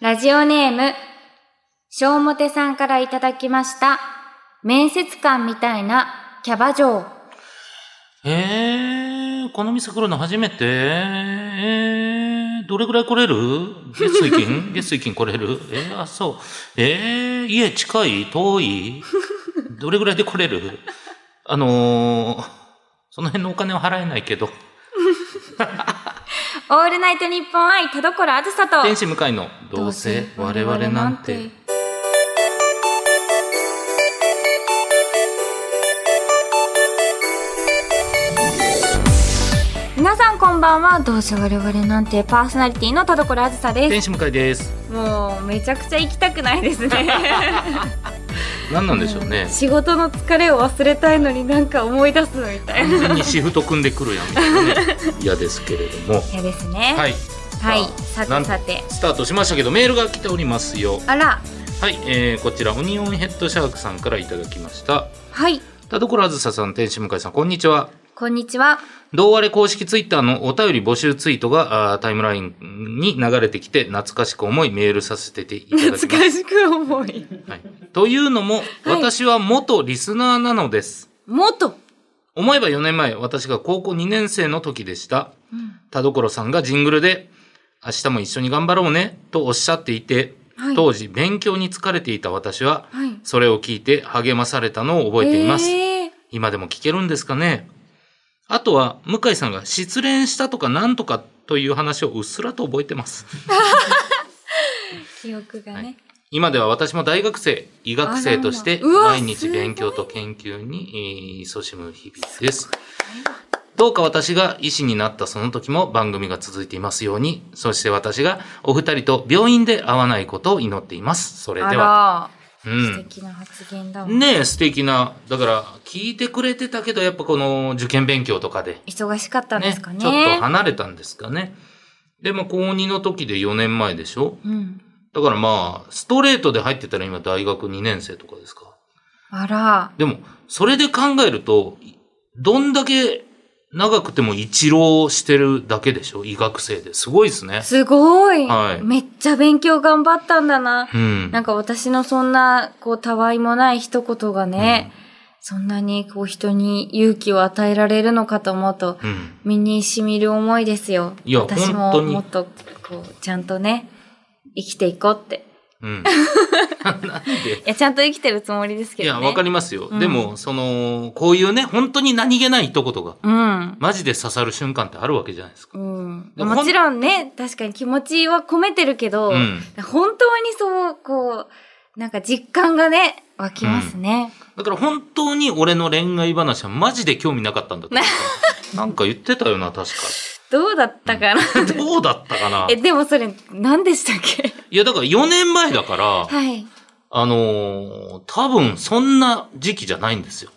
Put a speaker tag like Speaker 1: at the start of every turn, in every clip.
Speaker 1: ラジオネーム、小表さんからいただきました。面接官みたいなキャバ嬢。
Speaker 2: えー、この店来るの初めてえー、どれぐらい来れる月水 金月水金来れるえー、あ、そう。えー、家近い遠いどれぐらいで来れるあのー、その辺のお金は払えないけど、
Speaker 1: オールナイトニッポン愛田所あずさと。
Speaker 2: 天使向かいの、どうせ我々なんて。。
Speaker 1: 皆さんこんばんは。どうせ我々なんてパーソナリティの田所あずさで
Speaker 2: 天使向かいです。
Speaker 1: す。もうめちゃくちゃ行きたくないですね。
Speaker 2: 何なんでしょうね。
Speaker 1: 仕事の疲れを忘れたいのになんか思い出すみたいな。
Speaker 2: 完全にシフト組んでくるやんみたいな ね嫌ですけれども。
Speaker 1: いやですね。
Speaker 2: はい。
Speaker 1: はい。さ
Speaker 2: さあなん
Speaker 1: てさて。
Speaker 2: スタートしましたけどメールが来ておりますよ
Speaker 1: あら、
Speaker 2: はい、えー、こちらオニオンヘッドシャークさんからいただきました
Speaker 1: はい。
Speaker 2: 田所あずささん天使向井さんこんにちは
Speaker 1: こんにちは。
Speaker 2: 同割れ公式ツイッターのお便り募集ツイートがあータイムラインに流れてきて懐かしく思いメールさせていただきま
Speaker 1: 懐
Speaker 2: す
Speaker 1: かしく思い。
Speaker 2: はい、というのも、私は元リスナーなのです
Speaker 1: 元。
Speaker 2: 思えば4年前私が高校2年生の時でした
Speaker 1: うん
Speaker 2: 田所さんがジングルで「明日も一緒に頑張ろうね」とおっしゃっていて、
Speaker 1: はい
Speaker 2: 当時勉強に疲れていた私は
Speaker 1: はい。
Speaker 2: それを聞いて励まされたのを覚えています、
Speaker 1: えー
Speaker 2: 今でも聞けるんですかねあとは向井さんが失恋したとかなんとかという話をうっすらと覚えてます
Speaker 1: 記憶がね。
Speaker 2: 今では私も大学生医学生として
Speaker 1: あらまうわ
Speaker 2: 毎日勉強と研究にえー勤しむ日々ですどうか私が医師になったその時も番組が続いていますようにそして私がお二人と病院で会わないことを祈っていますそれでは、
Speaker 1: あ
Speaker 2: う
Speaker 1: ら、素
Speaker 2: ん、
Speaker 1: 敵な発言だわ。
Speaker 2: ねえ素敵なだから聞いてくれてたけどやっぱこの受験勉強とかで
Speaker 1: 忙しかったんですかね。
Speaker 2: ちょっと離れたんですかねでも高2の時で4年前でしょ
Speaker 1: うん。
Speaker 2: だからまあストレートで入ってたら今大学2年生とかですか
Speaker 1: あら、
Speaker 2: でも、それで考えると、どんだけ長くても一浪してるだけでしょ医学生で。すごいですね。
Speaker 1: すごい,、
Speaker 2: はい
Speaker 1: めっちゃ勉強頑張ったんだな。
Speaker 2: うん。
Speaker 1: なんか私のそんな、こう、たわいもない一言がね、そんなに、こう、人に勇気を与えられるのかと思うと、
Speaker 2: うん。
Speaker 1: 身に染みる思いですよ。
Speaker 2: いや
Speaker 1: 私
Speaker 2: 本
Speaker 1: も
Speaker 2: 当に
Speaker 1: もっと、こう、ちゃんとね、生きていこうって。
Speaker 2: うん。なんで
Speaker 1: いや、ちゃんと生きてるつもりですけ
Speaker 2: い
Speaker 1: どね。
Speaker 2: や、わか
Speaker 1: り
Speaker 2: りますよ。
Speaker 1: うん
Speaker 2: でも、その、こういうね、本当に何気ない一言が、
Speaker 1: うん。
Speaker 2: マジで刺さる瞬間ってあるわけじゃないですか。
Speaker 1: うん、
Speaker 2: でもほん
Speaker 1: もちろんね、確かに気持ちは込めてるけど、
Speaker 2: うん
Speaker 1: 本当にそう、こう、なんか実感がね、湧きますね。
Speaker 2: だから本当に俺の恋愛話はマジで興味なかったんだと思 うなんか言ってたよな、確
Speaker 1: どうだったかな、
Speaker 2: か。どうだったかな
Speaker 1: え、でもそれ、何でしたっけ
Speaker 2: いや、だから4年前だから、
Speaker 1: はい。
Speaker 2: あのー多分そんな時期じゃないんですよ。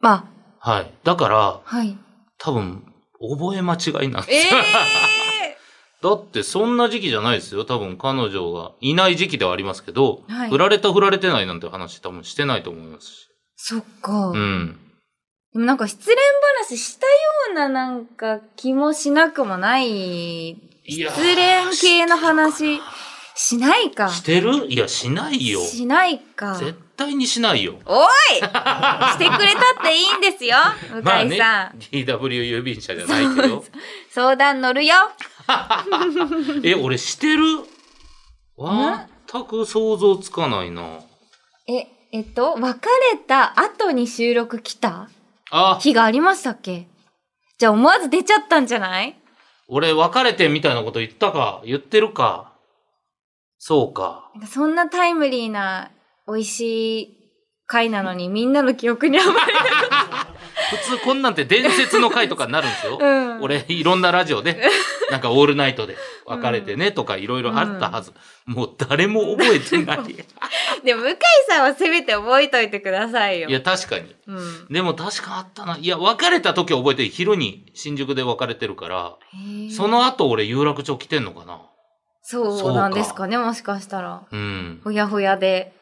Speaker 1: ま
Speaker 2: はい。だから
Speaker 1: あ、、はい。
Speaker 2: 多分、覚え間違いなん
Speaker 1: え
Speaker 2: で
Speaker 1: え
Speaker 2: すよ。 だってそんな時期じゃないですよ。多分彼女がいない時期ではありますけど、
Speaker 1: はい
Speaker 2: 振られた振られてないなんて話多分してないと思いますし。
Speaker 1: そっか、
Speaker 2: うん。
Speaker 1: でもなんか失恋話したようななんか気もしなくもない、
Speaker 2: いや
Speaker 1: 失
Speaker 2: ー
Speaker 1: 恋系の話、しないか。
Speaker 2: してるいや、しないよ。
Speaker 1: しないか。
Speaker 2: 絶対にしないよ。
Speaker 1: おいしてくれたっていいんですよ向井さん、
Speaker 2: まあね、DW 郵便車じゃない けど。
Speaker 1: 相談乗るよ
Speaker 2: え、俺し てる
Speaker 1: な
Speaker 2: 全く想像つかないな。
Speaker 1: ええっと別れた後に収録来た
Speaker 2: あ、
Speaker 1: 日がありましたっけじゃあ思わず出ちゃったんじゃない
Speaker 2: 俺別れてみたいなこと言ったか言ってるかそうか。
Speaker 1: なんかそんなタイムリーな美味しい回なのにみんなの記憶にあま り
Speaker 2: 普通こんなんて伝説の回とかになるんですよ。
Speaker 1: うん
Speaker 2: 俺いろんなラジオで、なんかオールナイトで別れてねとかいろいろあったはず。もう誰も覚 えてない。
Speaker 1: でも向井さんはせめて覚えといてくださいよ
Speaker 2: いや確かに。
Speaker 1: うん、
Speaker 2: でも確かあったな。いや別れた時は覚えてる昼に新宿で別れてるから、
Speaker 1: へー
Speaker 2: その後俺有楽町来てんのかな。
Speaker 1: そうなんですかねもしかしたら
Speaker 2: うん。
Speaker 1: ほやほやで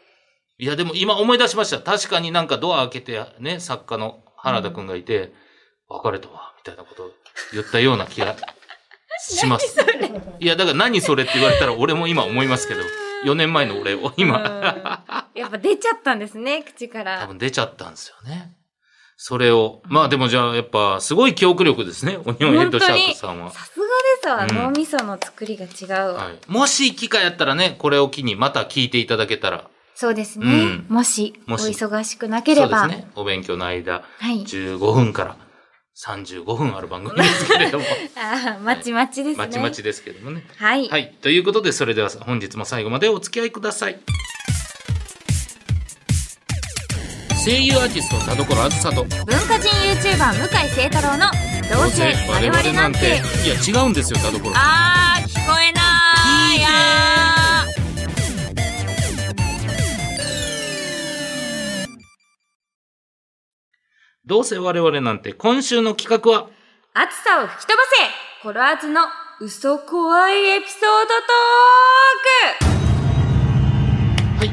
Speaker 2: いや、でも今思い出しました。確かになんかドア開けてね、作家 の原田くんがいて、別れたわ、みたいなことを言ったような気がします。いや、だから何それって言われたら俺も今思いますけど、4年前の俺を今、
Speaker 1: うんやっぱ出ちゃったんですね、口か
Speaker 2: 多
Speaker 1: ら。
Speaker 2: 分出ちゃったんですよね。それを。まあでもじゃあやっぱすごい記憶力ですね、オニオンヘッドシャークさんは。
Speaker 1: さすが
Speaker 2: うん
Speaker 1: ですわ、脳みその作りが違うわ。
Speaker 2: はい、もし機会あったらね、これを機にまた聞いていただけたら、
Speaker 1: そうですね。
Speaker 2: うん
Speaker 1: もし、
Speaker 2: もし
Speaker 1: お忙しくなけ
Speaker 2: そ
Speaker 1: れ
Speaker 2: うで
Speaker 1: ば。
Speaker 2: すね、お勉強の間、
Speaker 1: はい。
Speaker 2: 15分から35分ある番組ですけれ ども、
Speaker 1: ああ、まちまちですね。
Speaker 2: まちまちですけどもね。
Speaker 1: はい。
Speaker 2: はい。ということで、それでは本日も最後までお付き合いください。声優アーティスト田所あずさと、
Speaker 1: 文化人 YouTuber 向井聖太郎の、どうせ我々なんて。、
Speaker 2: いや、違うんですよ、田所。
Speaker 1: あー、聞こえないやー
Speaker 2: どうせ我々なんて、今週の企画は、
Speaker 1: 暑さを吹き飛ばせコロアズの嘘怖いエピソードトーク
Speaker 2: は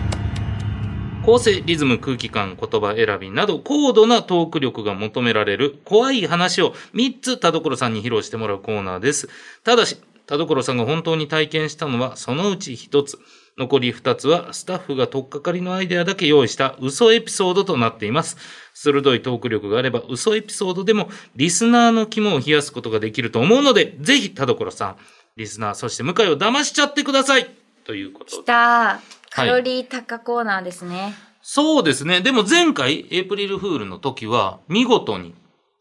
Speaker 2: い。構成、リズム、空気感、言葉選びなど、高度なトーク力が求められる、怖い話を3つ田所さんに披露してもらうコーナーです。ただし、田所さんが本当に体験したのは、そのうち1つ。残り2つは、スタッフが取っかかりのアイデアだけ用意した嘘エピソードとなっています。鋭いトーク力があれば、嘘エピソードでも、リスナーの肝を冷やすことができると思うので、ぜひ田所さん、リスナー、そして向井を騙しちゃってくださいということで
Speaker 1: 来。たカロリー高コーナーですね。
Speaker 2: そうですね。でも前回、エイプリルフールの時は、見事に、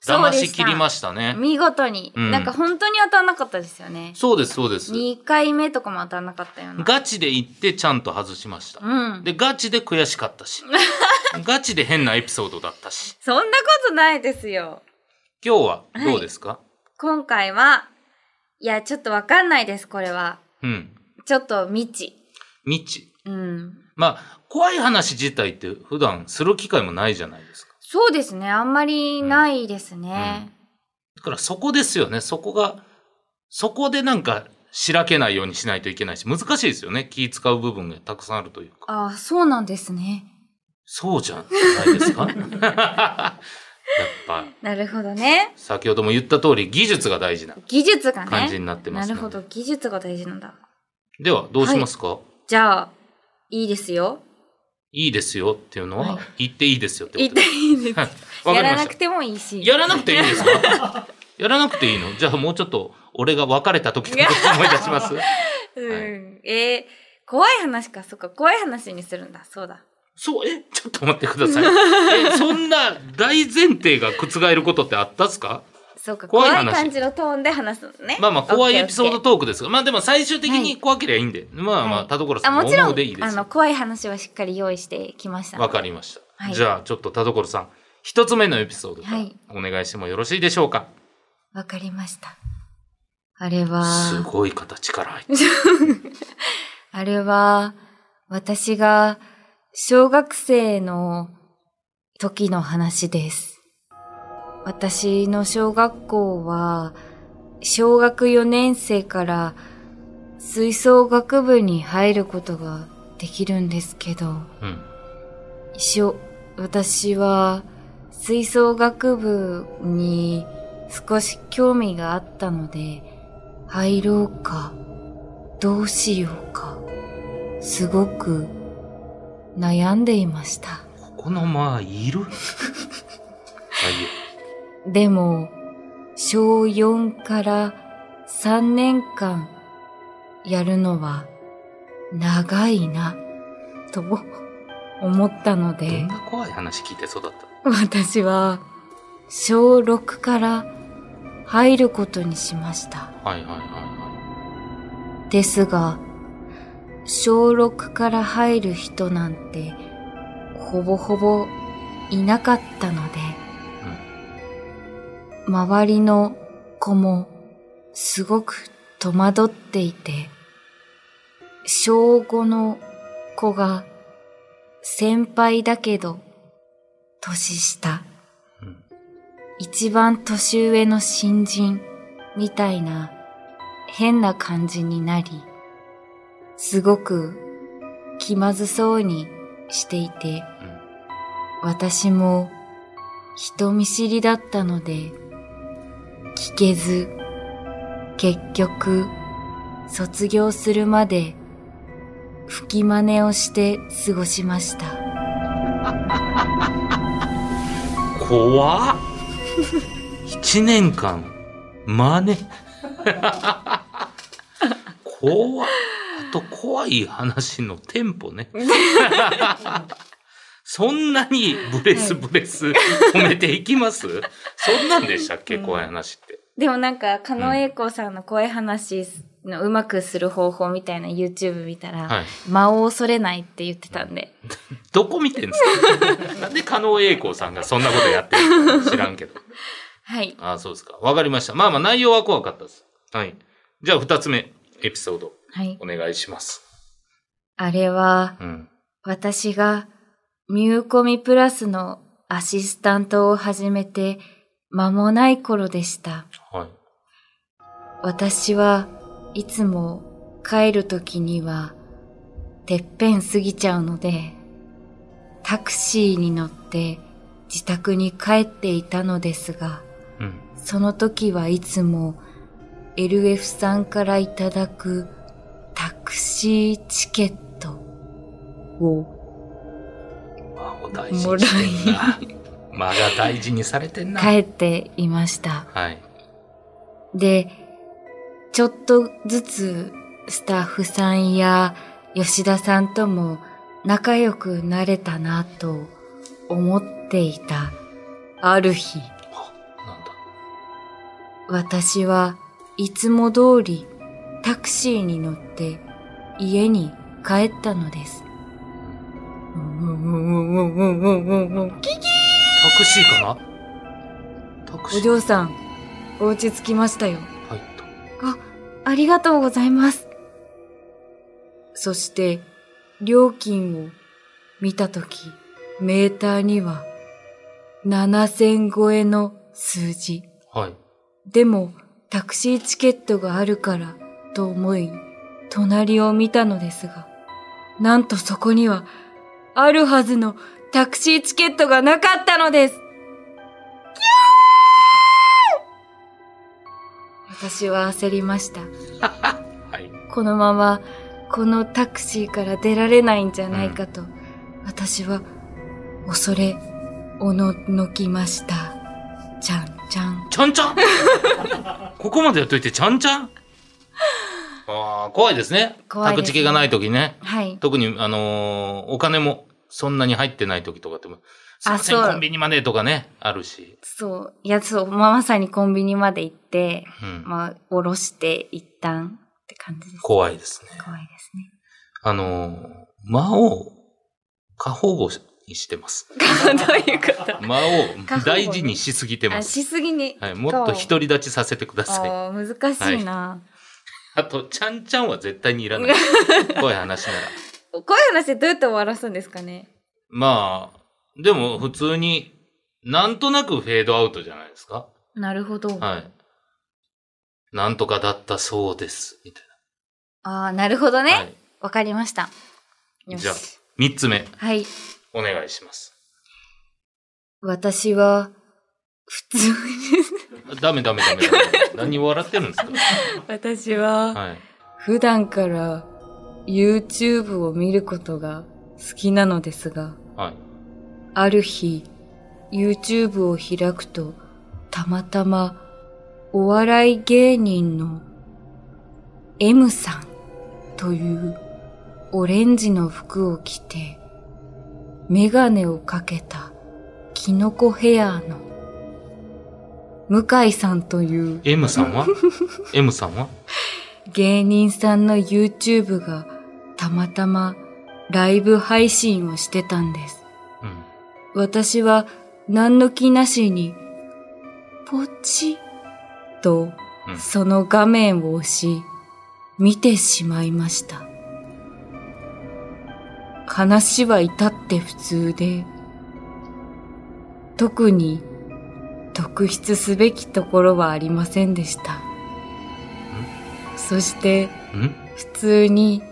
Speaker 1: そう
Speaker 2: 騙
Speaker 1: でした
Speaker 2: し切りましたね。
Speaker 1: 見事に、
Speaker 2: うん
Speaker 1: なんか本当に当たんなかったですよね。
Speaker 2: そうです、そうです。
Speaker 1: 2回目とかも当たんなかったような。
Speaker 2: ガチで行って、ちゃんと外しました。
Speaker 1: うん。
Speaker 2: で、ガチで悔しかった し。ガチで変なエピソードだったし。
Speaker 1: そんなことないですよ。
Speaker 2: 今日は、どうですか、
Speaker 1: 今回は、いや、ちょっとわかんないです、これは。
Speaker 2: うん。
Speaker 1: ちょっと未知。
Speaker 2: 未知。
Speaker 1: うん。
Speaker 2: まあ、怖い話自体って普段する機会もないじゃないですか。
Speaker 1: そうですね。あんまりないですね。
Speaker 2: だからそこですよね。そこが、そこでなんか、しらけないようにしないといけないし、難しいですよね。気使う部分がたくさんあるというか。
Speaker 1: ああ、そうなんですね。
Speaker 2: そうじゃないで すかやっぱ、
Speaker 1: なるほどね。
Speaker 2: 先ほども言った通り、技術が大事な
Speaker 1: 技術がね。
Speaker 2: 感じになってま
Speaker 1: な
Speaker 2: す、
Speaker 1: る
Speaker 2: ね
Speaker 1: ほど。技術が大事なんだ。
Speaker 2: では、どうしますか、
Speaker 1: じゃあ、いいですよ。
Speaker 2: い、いですよっていうのは、
Speaker 1: は
Speaker 2: 言っていいですよって
Speaker 1: 言
Speaker 2: こ
Speaker 1: っ
Speaker 2: と
Speaker 1: て
Speaker 2: で
Speaker 1: いいです。や
Speaker 2: す。わかり
Speaker 1: ら
Speaker 2: ま
Speaker 1: な
Speaker 2: し
Speaker 1: く
Speaker 2: た。
Speaker 1: てもいいし。
Speaker 2: やらなくていいんですかやらなくていいのじゃあもうちょっと、俺が別れた時 のこと思い出します
Speaker 1: うん。えー、怖い話か。そっか。怖い話にするんだ。そうだ。
Speaker 2: そう、え、ちょっと待ってく ださい。え、そんな大前提が覆ることってあったっすか
Speaker 1: そうか。
Speaker 2: 怖
Speaker 1: 怖
Speaker 2: い
Speaker 1: い
Speaker 2: 話
Speaker 1: 感じのトーンで話すのね。
Speaker 2: まあまあ、怖いエピソー
Speaker 1: オ
Speaker 2: ド
Speaker 1: ッケ
Speaker 2: トークですが、まあでも最終的
Speaker 1: はい
Speaker 2: に怖ければいいんで、まあま
Speaker 1: は
Speaker 2: あ、
Speaker 1: い
Speaker 2: 田所
Speaker 1: ーオッケー。
Speaker 2: さ
Speaker 1: あ
Speaker 2: んの
Speaker 1: もちろ
Speaker 2: 思うでいいで
Speaker 1: ん、
Speaker 2: すよ。
Speaker 1: あの、怖い話はしっかり用意してきました。
Speaker 2: わかりました。
Speaker 1: はい
Speaker 2: じゃあ、ちょっと田所さん、一つ目のエピソードから
Speaker 1: はい
Speaker 2: お願いしてもよろしいでしょうか。
Speaker 1: わかりました。あれは、
Speaker 2: すごい形から入って。
Speaker 1: あれは、私が小学生の時の話です。私の小学校は、小学4年生から吹奏楽部に入ることができるんですけど、
Speaker 2: うん。
Speaker 1: 一緒、私は吹奏楽部に少し興味があったので、入ろうか、どうしようか、すごく悩んでいました。
Speaker 2: ここの間、いるはいよ。
Speaker 1: でも、小4から3年間やるのは長いな、と思ったので。
Speaker 2: どんな怖い話聞いてそうだった
Speaker 1: 私は小6から入ることにしました。
Speaker 2: はいはいはいは
Speaker 1: ですが、小6から入る人なんてほぼほぼいなかったので、周りの子もすごく戸惑っていて、小5の子が先輩だけど年下。
Speaker 2: い。うん。
Speaker 1: 一番年上の新人みたいな変な感じになり、すごく気まずそうにしていて、
Speaker 2: うん。
Speaker 1: 私も人見知りだったので、聞けず、結局、卒業するまで、吹き真似をして過ごしました。
Speaker 2: 怖っ一年間、真似。怖っあと怖い話のテンポね。そんなにブレスブレス褒めていきます、そんなんでしたっけ
Speaker 1: うん
Speaker 2: 怖い話って。
Speaker 1: でもなんか、狩野英孝さんの声話のうまくする方法みたいな YouTube 見たら、
Speaker 2: はい。
Speaker 1: 間を恐れないって言ってたんで。
Speaker 2: どこ見てんですかなんで加納栄光さんがそんなことやってるのか知らんけど。
Speaker 1: はい。
Speaker 2: ああ、そうですか。わかりました。まあまあ内容は怖かったです。はい。じゃあ二つ目、エピソード、
Speaker 1: はい。
Speaker 2: お願いします。
Speaker 1: あれは、
Speaker 2: うん。
Speaker 1: 私がミューコミプラスのアシスタントを始めて間もない頃でした。
Speaker 2: はい。
Speaker 1: 私はいつも帰る時にはてっぺん過ぎちゃうので、タクシーに乗って自宅に帰っていたのですが、
Speaker 2: うん。
Speaker 1: その時はいつも LF さんからいただくタクシーチケットを
Speaker 2: あお大事にしてん な。間が大事にされてんな。
Speaker 1: 帰っていました。
Speaker 2: はい。
Speaker 1: で、ちょっとずつスタッフさんや吉田さんとも仲良くなれたなと思っていたある日、
Speaker 2: あ、なんだ。
Speaker 1: 私はいつも通りタクシーに乗って家に帰ったのです。
Speaker 2: タクシーかなタクシ
Speaker 1: お
Speaker 2: ー。
Speaker 1: 嬢さん、お家着きましたよ。
Speaker 2: 入った。
Speaker 1: あ、ありがとうございます。そして、料金を見たとき、メーターには、7000超えの数字。
Speaker 2: はい。
Speaker 1: でも、タクシーチケットがあるから、と思い、隣を見たのですが、なんとそこには、あるはずのタクシーチケットがなかったのですキャー私は焦りました。
Speaker 2: はい。
Speaker 1: このままこのタクシーから出られないんじゃないかと、私は恐れおののきましたちゃんちゃん
Speaker 2: ちゃん ちゃんここまでやっといてちゃんちゃんああ、怖いですね。
Speaker 1: 怖いですね
Speaker 2: 宅地系がない時ね。
Speaker 1: はい
Speaker 2: 特に、あのーお金もそんなに入ってない時とかっても、すいません、
Speaker 1: そう
Speaker 2: コンビニまでとかね、あるし。
Speaker 1: そういやそうまあまさにコンビニまで行って
Speaker 2: うん。
Speaker 1: まあ下ろして一旦って感じです
Speaker 2: 怖いですね。
Speaker 1: 怖いですね
Speaker 2: あのー魔王、過保護にしてます。
Speaker 1: どういうこと
Speaker 2: 魔
Speaker 1: 過
Speaker 2: 王、
Speaker 1: 保護
Speaker 2: 大事にしすぎてま
Speaker 1: あ
Speaker 2: す。
Speaker 1: しすぎに、
Speaker 2: はい、もっと独り立ちさせてください。
Speaker 1: あー難しいな、
Speaker 2: あと、ちゃんちゃんは絶対にいらない。 怖い話なら。
Speaker 1: こういう話でどうやって終わらすんですかね
Speaker 2: まあ、でも普通に、なんとなくフェードアウトじゃないですか。
Speaker 1: なるほど、
Speaker 2: はい。なんとかだったそうです。みたい
Speaker 1: ああなるほどね
Speaker 2: な。
Speaker 1: わ
Speaker 2: は、い。
Speaker 1: かりましたよし
Speaker 2: じゃあ、三つ目、
Speaker 1: はい
Speaker 2: お願いします。
Speaker 1: 私は、普通 に、
Speaker 2: ダメダメダメダメ。 何笑ってるんです
Speaker 1: 私
Speaker 2: か
Speaker 1: は、
Speaker 2: はい。
Speaker 1: 普段から YouTube を見ることが好きなのですが、
Speaker 2: はい。
Speaker 1: ある日、YouTube を開くと、たまたま、お笑い芸人の M さんというオレンジの服を着て、メガネをかけたキノコヘアの向井さんという
Speaker 2: M さんは ?M さんは
Speaker 1: 芸人さんの YouTube がたまたまライブ配信をしてたんです。
Speaker 2: うん。
Speaker 1: 私は何の気なしに、ポチッと
Speaker 2: うん
Speaker 1: その画面を押し、見てしまいました。話は至って普通で、特に特筆すべきところはありませんでした。そして、
Speaker 2: うん
Speaker 1: 普通に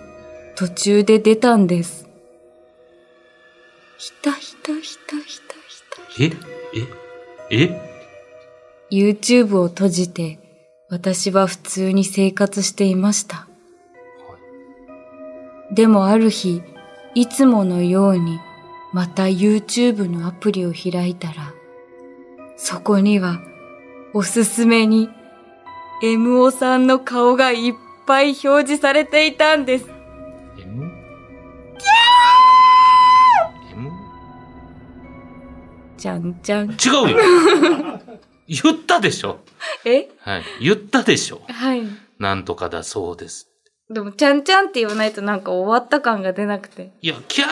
Speaker 1: 途中で出たんです。ひたひたひたひたひた。
Speaker 2: えええ
Speaker 1: YouTube を閉じて私は普通に生活していました。でもある日、いつものように、また YouTube のアプリを開いたら、そこには、おすすめに、MO さんの顔がいっぱい表示されていたんです。
Speaker 2: M? キャー M?
Speaker 1: じゃんじゃん。
Speaker 2: 違うよ 言ったでしょ
Speaker 1: え
Speaker 2: はい。言ったでしょ
Speaker 1: はい。
Speaker 2: なんとかだそうです。
Speaker 1: でも、ちゃんちゃんって言わないとなんか終わった感が出なくて。
Speaker 2: いや、キャー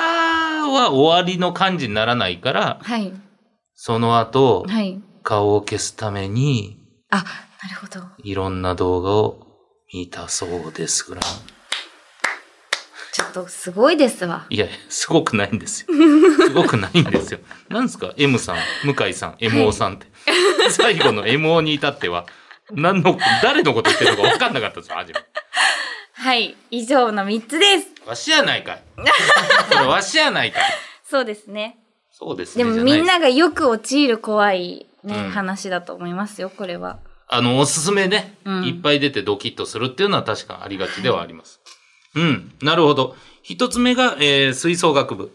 Speaker 2: は終わりの感じにならないから、
Speaker 1: はい。
Speaker 2: その後、
Speaker 1: はい。
Speaker 2: 顔を消すために、
Speaker 1: あ、なるほど。
Speaker 2: いろんな動画を見たそうですから。
Speaker 1: ちょっとすごいですわ。
Speaker 2: いや、すごくないんですよ。すごくないんですよ。なんですか ?M さん、向井さん、MO さんって。最後の MO に至っては、何の、誰のこと言ってるのか分かんなかったですよ、初め。
Speaker 1: はい。以上の3つです。
Speaker 2: わしやないかい。それわしやないかい。
Speaker 1: そうですね。
Speaker 2: そうです
Speaker 1: で
Speaker 2: ね。
Speaker 1: も
Speaker 2: じゃ
Speaker 1: み
Speaker 2: い
Speaker 1: ん
Speaker 2: です
Speaker 1: ながよく陥る怖い、ね
Speaker 2: うん
Speaker 1: 話だと思いますよ、これは。
Speaker 2: あの、おすすめね、
Speaker 1: うん
Speaker 2: いっぱい出てドキッとするっていうのは確かにありがちではあります。うん、なるほど。一つ目が、えー吹奏楽部。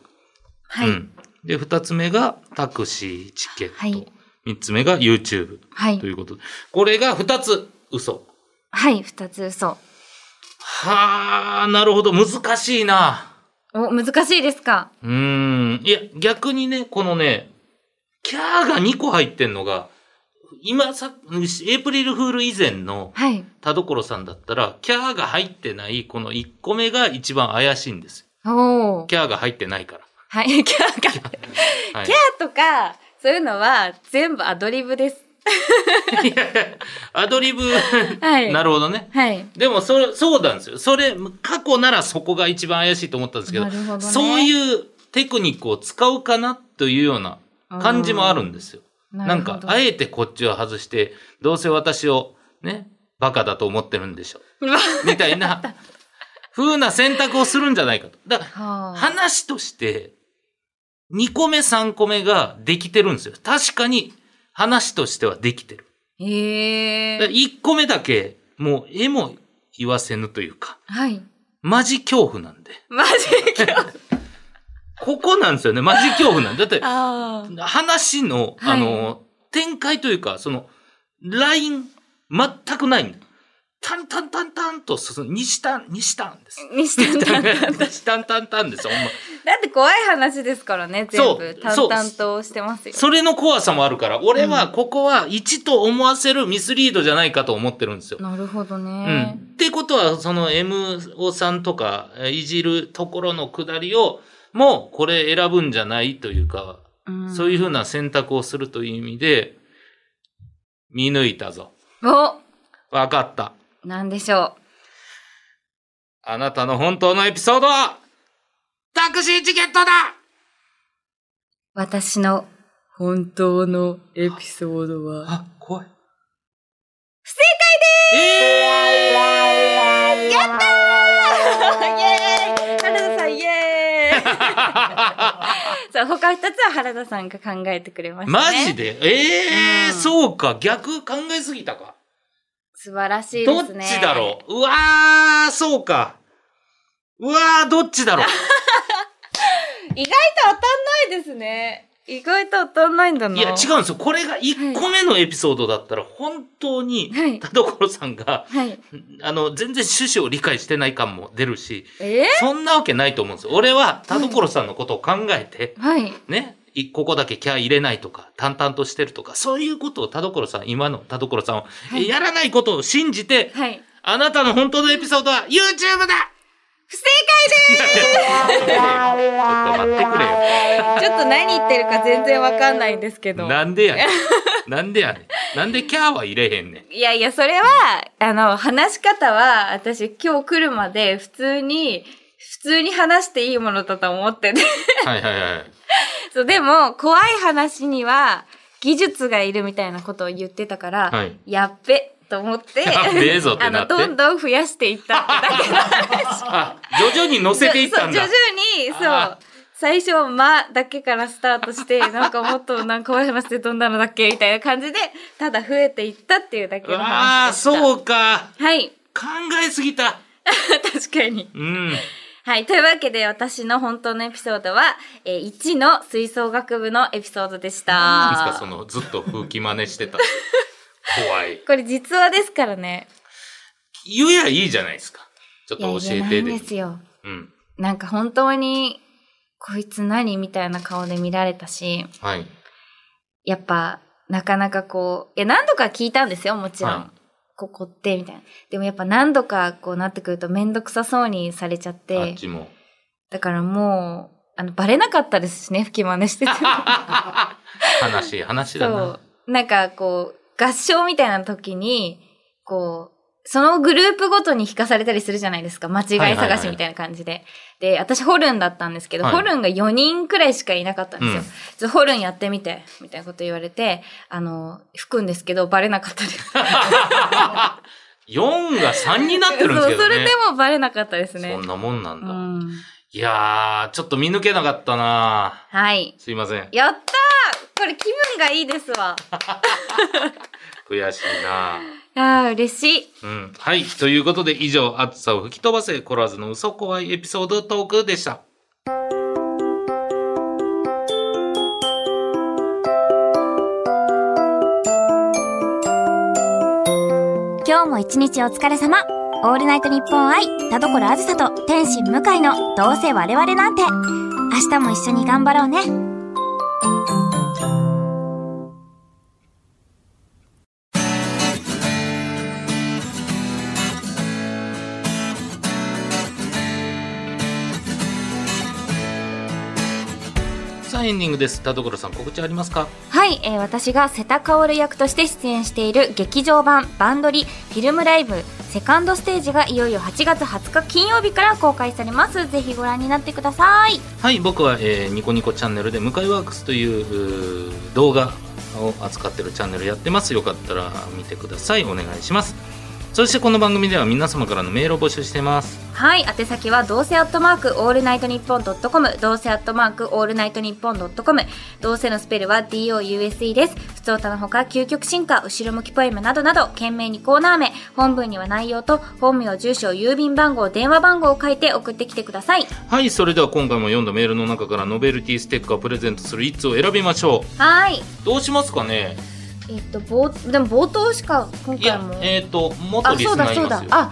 Speaker 1: はい。
Speaker 2: うん。で、二つ目がタクシーチケット。
Speaker 1: はい
Speaker 2: 三つ目が YouTube。
Speaker 1: はい
Speaker 2: と。いうことで。これが二つ嘘。
Speaker 1: はい、2つ嘘。
Speaker 2: はあ、なるほど。難しいな。
Speaker 1: お、難しいですか
Speaker 2: うーん。いや、逆にね、このね、キャーが2個入ってんのが、今さ、エイプリルフール以前の、
Speaker 1: はい。
Speaker 2: 田所さんだったら、キャーが入ってない、この1個目が一番怪しいんですよ。
Speaker 1: おー。
Speaker 2: キャーが入ってないから。
Speaker 1: はい、 キャーが。キャ
Speaker 2: はい、
Speaker 1: ーとか、そういうのは全部アドリブです。
Speaker 2: アドリブ、
Speaker 1: はい
Speaker 2: なるほどね。
Speaker 1: はい。
Speaker 2: でもそれ、そうなんですよ。それ、過去ならそこが一番怪しいと思ったんですけど、
Speaker 1: なるほどね
Speaker 2: そういうテクニックを使うかなというような感じもあるんですよ。
Speaker 1: な
Speaker 2: なん
Speaker 1: るほ
Speaker 2: か、
Speaker 1: ど。
Speaker 2: あ えてこっちを外して、どうせ私をね、バカだと思ってるんでしょう。みた いな、風な選択をするんじゃないかと。だから、
Speaker 1: はあ
Speaker 2: 話として、2個目3個目ができてるんですよ。確かに話としてはできてる。
Speaker 1: へえー。
Speaker 2: 1個目だけ、もう絵も言わせぬというか、
Speaker 1: はい。
Speaker 2: マジ恐怖なんで。
Speaker 1: マジか。
Speaker 2: ここなんですよね、マジ恐怖なんで。だ って、
Speaker 1: あー
Speaker 2: 話の、
Speaker 1: はい
Speaker 2: あの、展開というか、その、ライン、全くないんだ。タンタンタンタンと、その、西タン、西タンです。
Speaker 1: にしてんだ。
Speaker 2: 西タンタンタンですよ、ほんま。
Speaker 1: だって怖い話ですからね、全部。淡
Speaker 2: そう
Speaker 1: 々としてますよ。
Speaker 2: それの怖さもあるから、俺はここは1と思わせるミスリードじゃないかと思ってるんですよ。
Speaker 1: なるほど
Speaker 2: う
Speaker 1: ね。
Speaker 2: ん。ってことは、その M おさんとかえーいじるところのくだりを、もうこれ選ぶんじゃないというか、
Speaker 1: うん
Speaker 2: そういうふうな選択をするという意味で、見抜いたぞ。
Speaker 1: お
Speaker 2: わかった。
Speaker 1: なんでしょ
Speaker 2: あなたの本当のエピソードは、タクシーチケットだ
Speaker 1: う。私の本当のエピソードは。
Speaker 2: あ、怖い。
Speaker 1: 不正やったーイエー
Speaker 2: えー、
Speaker 1: イ原田さんイエ ーイそう、他二つは原田さんが考えてくれました
Speaker 2: マ
Speaker 1: ね。
Speaker 2: ジでええー
Speaker 1: うん
Speaker 2: そうか。逆考えすぎたか。
Speaker 1: 素晴らしい
Speaker 2: ど
Speaker 1: で
Speaker 2: っ
Speaker 1: すね。
Speaker 2: ちだろううわー、そうか。うわー、どっちだろう
Speaker 1: 意外と当たんないですね。意外と当たんないんだな。
Speaker 2: いや、違うんですよ。これが1個目のエピソードだったら、本当に
Speaker 1: はい、
Speaker 2: 田所さんが、
Speaker 1: はい。
Speaker 2: あの、全然趣旨を理解してない感も出るし、
Speaker 1: え
Speaker 2: そんなわけないと思うんですよ。俺は田所さんのことを考えて
Speaker 1: ー、はい。
Speaker 2: ね、いここだけキャー入れないとか、淡々としてるとか、そういうことを田所さん、今の田所さんを、
Speaker 1: い
Speaker 2: やらないことを信じて、
Speaker 1: はい。
Speaker 2: あなたの本当のエピソードは YouTube だ
Speaker 1: 不正解で
Speaker 2: ちょっと待ってくれ
Speaker 1: ーすちょっと何言ってるか全然わかんないんですけど
Speaker 2: よ。。なんでやねん。なんでやねん。なんでキャーは入れへんねん。
Speaker 1: いやいや、それは、あの、話し方は、私今日来るまで普通に、普通に話していいものだと思ってて。
Speaker 2: はいはいはい。
Speaker 1: そう、でも、怖い話には、技術がいるみたいなことを言ってたから、
Speaker 2: はい
Speaker 1: やっべと思って、
Speaker 2: やっべえぞってなって
Speaker 1: あの、どんどん増やしていったってだけなんです。
Speaker 2: あ、徐々に乗せていったんだ
Speaker 1: そう。徐々に、そう
Speaker 2: あ。
Speaker 1: 最初は「ま」だけからスタートして、なんかもっとなんか怖い話でどんなのだっけみたいな感じで、ただ増えていったっていうだけの
Speaker 2: あ
Speaker 1: 話
Speaker 2: あ、
Speaker 1: でした。う
Speaker 2: そうか。
Speaker 1: はい。
Speaker 2: 考えすぎた。
Speaker 1: 確かに。
Speaker 2: うん。
Speaker 1: はい。というわけで、私の本当のエピソードは、えー1の吹奏楽部のエピソードでし
Speaker 2: 何ですか、
Speaker 1: た
Speaker 2: そ。の、ずっと風紀真 似してた。怖い。
Speaker 1: これ実話ですからね。
Speaker 2: 言えやいいじゃないですか。ちょっと教
Speaker 1: い
Speaker 2: え
Speaker 1: や言
Speaker 2: て
Speaker 1: えないん
Speaker 2: で
Speaker 1: ですよ。
Speaker 2: うん。
Speaker 1: なんか本当に、こいつ何みたいな顔で見られたし、
Speaker 2: はい。
Speaker 1: やっぱ、なかなかこう、いや、何度か聞いたんですよ、もちろん。
Speaker 2: はい
Speaker 1: ここって、みたいな。でもやっぱ何度かこうなってくるとめんどくさそうにされちゃっ、
Speaker 2: あってちも。
Speaker 1: だからもう、あの、バレなかったですしね、吹き真似してても。
Speaker 2: 話、話だな。
Speaker 1: そう。なんかこう、合唱みたいな時に、こう、そのグループごとに弾かされたりするじゃないですか。間違い探しみたいな感じで。で、私ホルンだったんですけど、
Speaker 2: はい
Speaker 1: ホルンが4人くらいしかいなかったんですよ。
Speaker 2: うん
Speaker 1: ちょっとホルンやってみて、みたいなこと言われて、あの、吹くんですけど、バレなかったです。
Speaker 2: 4が3になってるんです
Speaker 1: そう、
Speaker 2: け
Speaker 1: そ
Speaker 2: ど
Speaker 1: れ
Speaker 2: ね
Speaker 1: で。もバレなかったですね
Speaker 2: そ。んなもんなん
Speaker 1: う
Speaker 2: だ。
Speaker 1: ん。
Speaker 2: いやー、ちょっと見抜けなかったな
Speaker 1: はい。
Speaker 2: すいません。
Speaker 1: やったーこれ気分がいいです わ。
Speaker 2: 悔しいな
Speaker 1: ああ、嬉しい。
Speaker 2: うん。はい。ということで、以上、暑さを吹き飛ばせ、コラーズの嘘怖いエピソードトークでした。
Speaker 3: 今日も一日お疲れ様オールナイトニッポン愛田所あずさと天心向井のどうせ我々なんて明日も一緒に頑張ろうね
Speaker 2: さあ、エンディングです。田所さん、告知ありますか
Speaker 1: はい、えー私が瀬田薫役として出演している劇場版バンドリフィルムライブセカンドステージがいよいよ8月20日金曜日から公開されます。ぜひご覧になってください。
Speaker 2: はい、僕は、えーニコニコチャンネルで、向井ワークスといううー動画を扱ってるチャンネルやってます。よかったら見てください。お願いします。そして、この番組では皆様からのメールを募集してます。
Speaker 1: はい、宛先はどうせアットマークオールナイトニッポンドットコム、どうせアットマークオールナイトニッポンドットコム、どうせのスペルは DOUSE です。普通歌のほか、究極進化、後ろ向きポエムなどなど、懸命にコーナー名、本文には内容と、本名、住所、郵便番号、電話番号を書いて送ってきてください。
Speaker 2: はい、それでは今回も読んだメールの中からノベルティステッカーをプレゼントする1つを選びましょ
Speaker 1: はい。
Speaker 2: う。どうしますかね
Speaker 1: えっと、冒でも冒頭しか今
Speaker 2: い
Speaker 1: 回
Speaker 2: や
Speaker 1: も、
Speaker 2: えっ、と、元
Speaker 1: あ
Speaker 2: リ
Speaker 1: そ
Speaker 2: ス
Speaker 1: う
Speaker 2: ナ
Speaker 1: だ
Speaker 2: ー
Speaker 1: そ
Speaker 2: いうま
Speaker 1: だ
Speaker 2: すよ。
Speaker 1: あ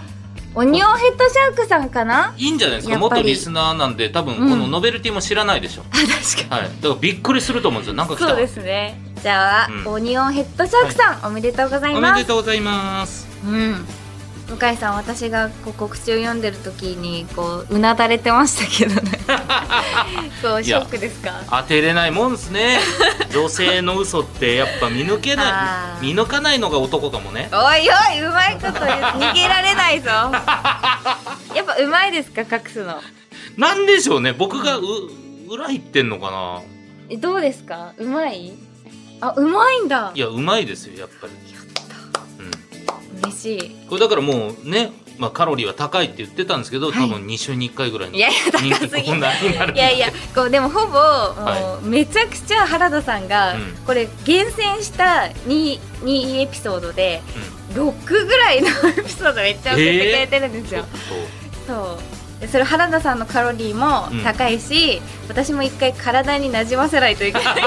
Speaker 1: オニオンヘッドシャークさんかない
Speaker 2: いんじゃないですか
Speaker 1: やっぱり
Speaker 2: 元リスナーなんで多分このノベルティも知らないでしょ、
Speaker 1: あ確
Speaker 2: はいだからびっくりすると思うんですよなんか来た
Speaker 1: そうですねじゃあ、
Speaker 2: うん
Speaker 1: オニオンヘッドシャークさん、おめでとうござい
Speaker 2: お
Speaker 1: ま
Speaker 2: めですとうございます
Speaker 1: うん向井さん私がこう告知を読んでる時にこううなだれてましたけど ねそう
Speaker 2: い
Speaker 1: シ
Speaker 2: や
Speaker 1: ョックですか
Speaker 2: 当てれないもんです ね女性の嘘ってやっぱ見抜け
Speaker 1: あ
Speaker 2: な
Speaker 1: ー
Speaker 2: い見抜かないのが男かもね
Speaker 1: おいおいうまいこと言う逃げられない ぞやっぱうまいですか隠すの
Speaker 2: なんでしょうね僕がう裏言ってんのかな
Speaker 1: えどうですかうまいあうまいんだ
Speaker 2: いやうまいですよやっぱりうん
Speaker 1: 嬉しい
Speaker 2: これだからもうねまあカロリーは高いって言ってたんですけど、
Speaker 1: はい
Speaker 2: 多分2週に1回ぐらいの
Speaker 1: いやいや高すぎ
Speaker 2: 人気コーナーになる
Speaker 1: いやいやこうでもほぼ、
Speaker 2: は
Speaker 1: もうめちゃくちゃ原田さんが、
Speaker 2: うん
Speaker 1: これ厳選した2 2エピソードで
Speaker 2: うん
Speaker 1: 6ぐらいのエピソードめっちゃ送ってくれてるんです
Speaker 2: ちょ
Speaker 1: よ
Speaker 2: っ、
Speaker 1: そうでそれ原田さんのカロリーも
Speaker 2: うん
Speaker 1: 高いし、私も一回体になじませないといけ ない
Speaker 2: と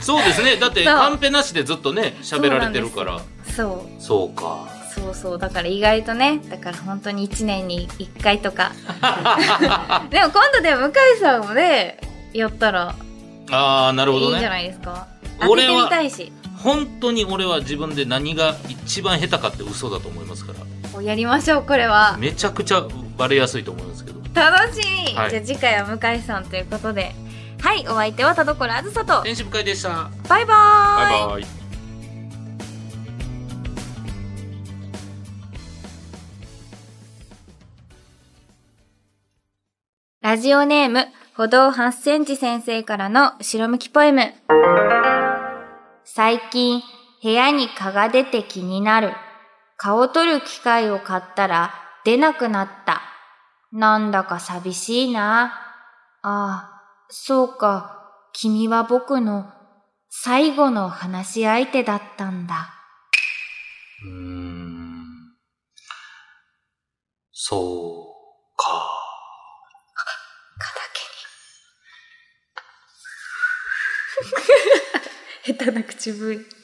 Speaker 2: そうですねだって
Speaker 1: そう
Speaker 2: カンペなしでずっとね喋られてるから
Speaker 1: そう
Speaker 2: そうか
Speaker 1: そうそうだから意外とねだから本当に1年に1回と かでも今度でも向井さんもねやったら
Speaker 2: ああなる
Speaker 1: い
Speaker 2: ほ
Speaker 1: い
Speaker 2: ど
Speaker 1: んじゃ
Speaker 2: ね
Speaker 1: ないですか、当て
Speaker 2: 俺
Speaker 1: て
Speaker 2: は
Speaker 1: みたいし
Speaker 2: 本当に俺は自分で何が一番下手かって嘘だと思いますから
Speaker 1: おやりましょうこれは
Speaker 2: めちゃくちゃバレやすいと思うんですけど
Speaker 1: 楽しみ、
Speaker 2: はい
Speaker 1: じゃあ次回は向井さんということではいお相手は田所あずさと
Speaker 2: 天使部会でした
Speaker 1: バイバーイ
Speaker 2: イ
Speaker 1: ラジオネーム歩道8センチ先生からの白向きポエム最近部屋に蚊が出て気になる蚊を取る機械を買ったら出なくなったなんだか寂しいなああそうか、君は僕の最後の話し相手だったんだ。
Speaker 2: うーん。そうか。
Speaker 1: 片毛に。下手な口笛。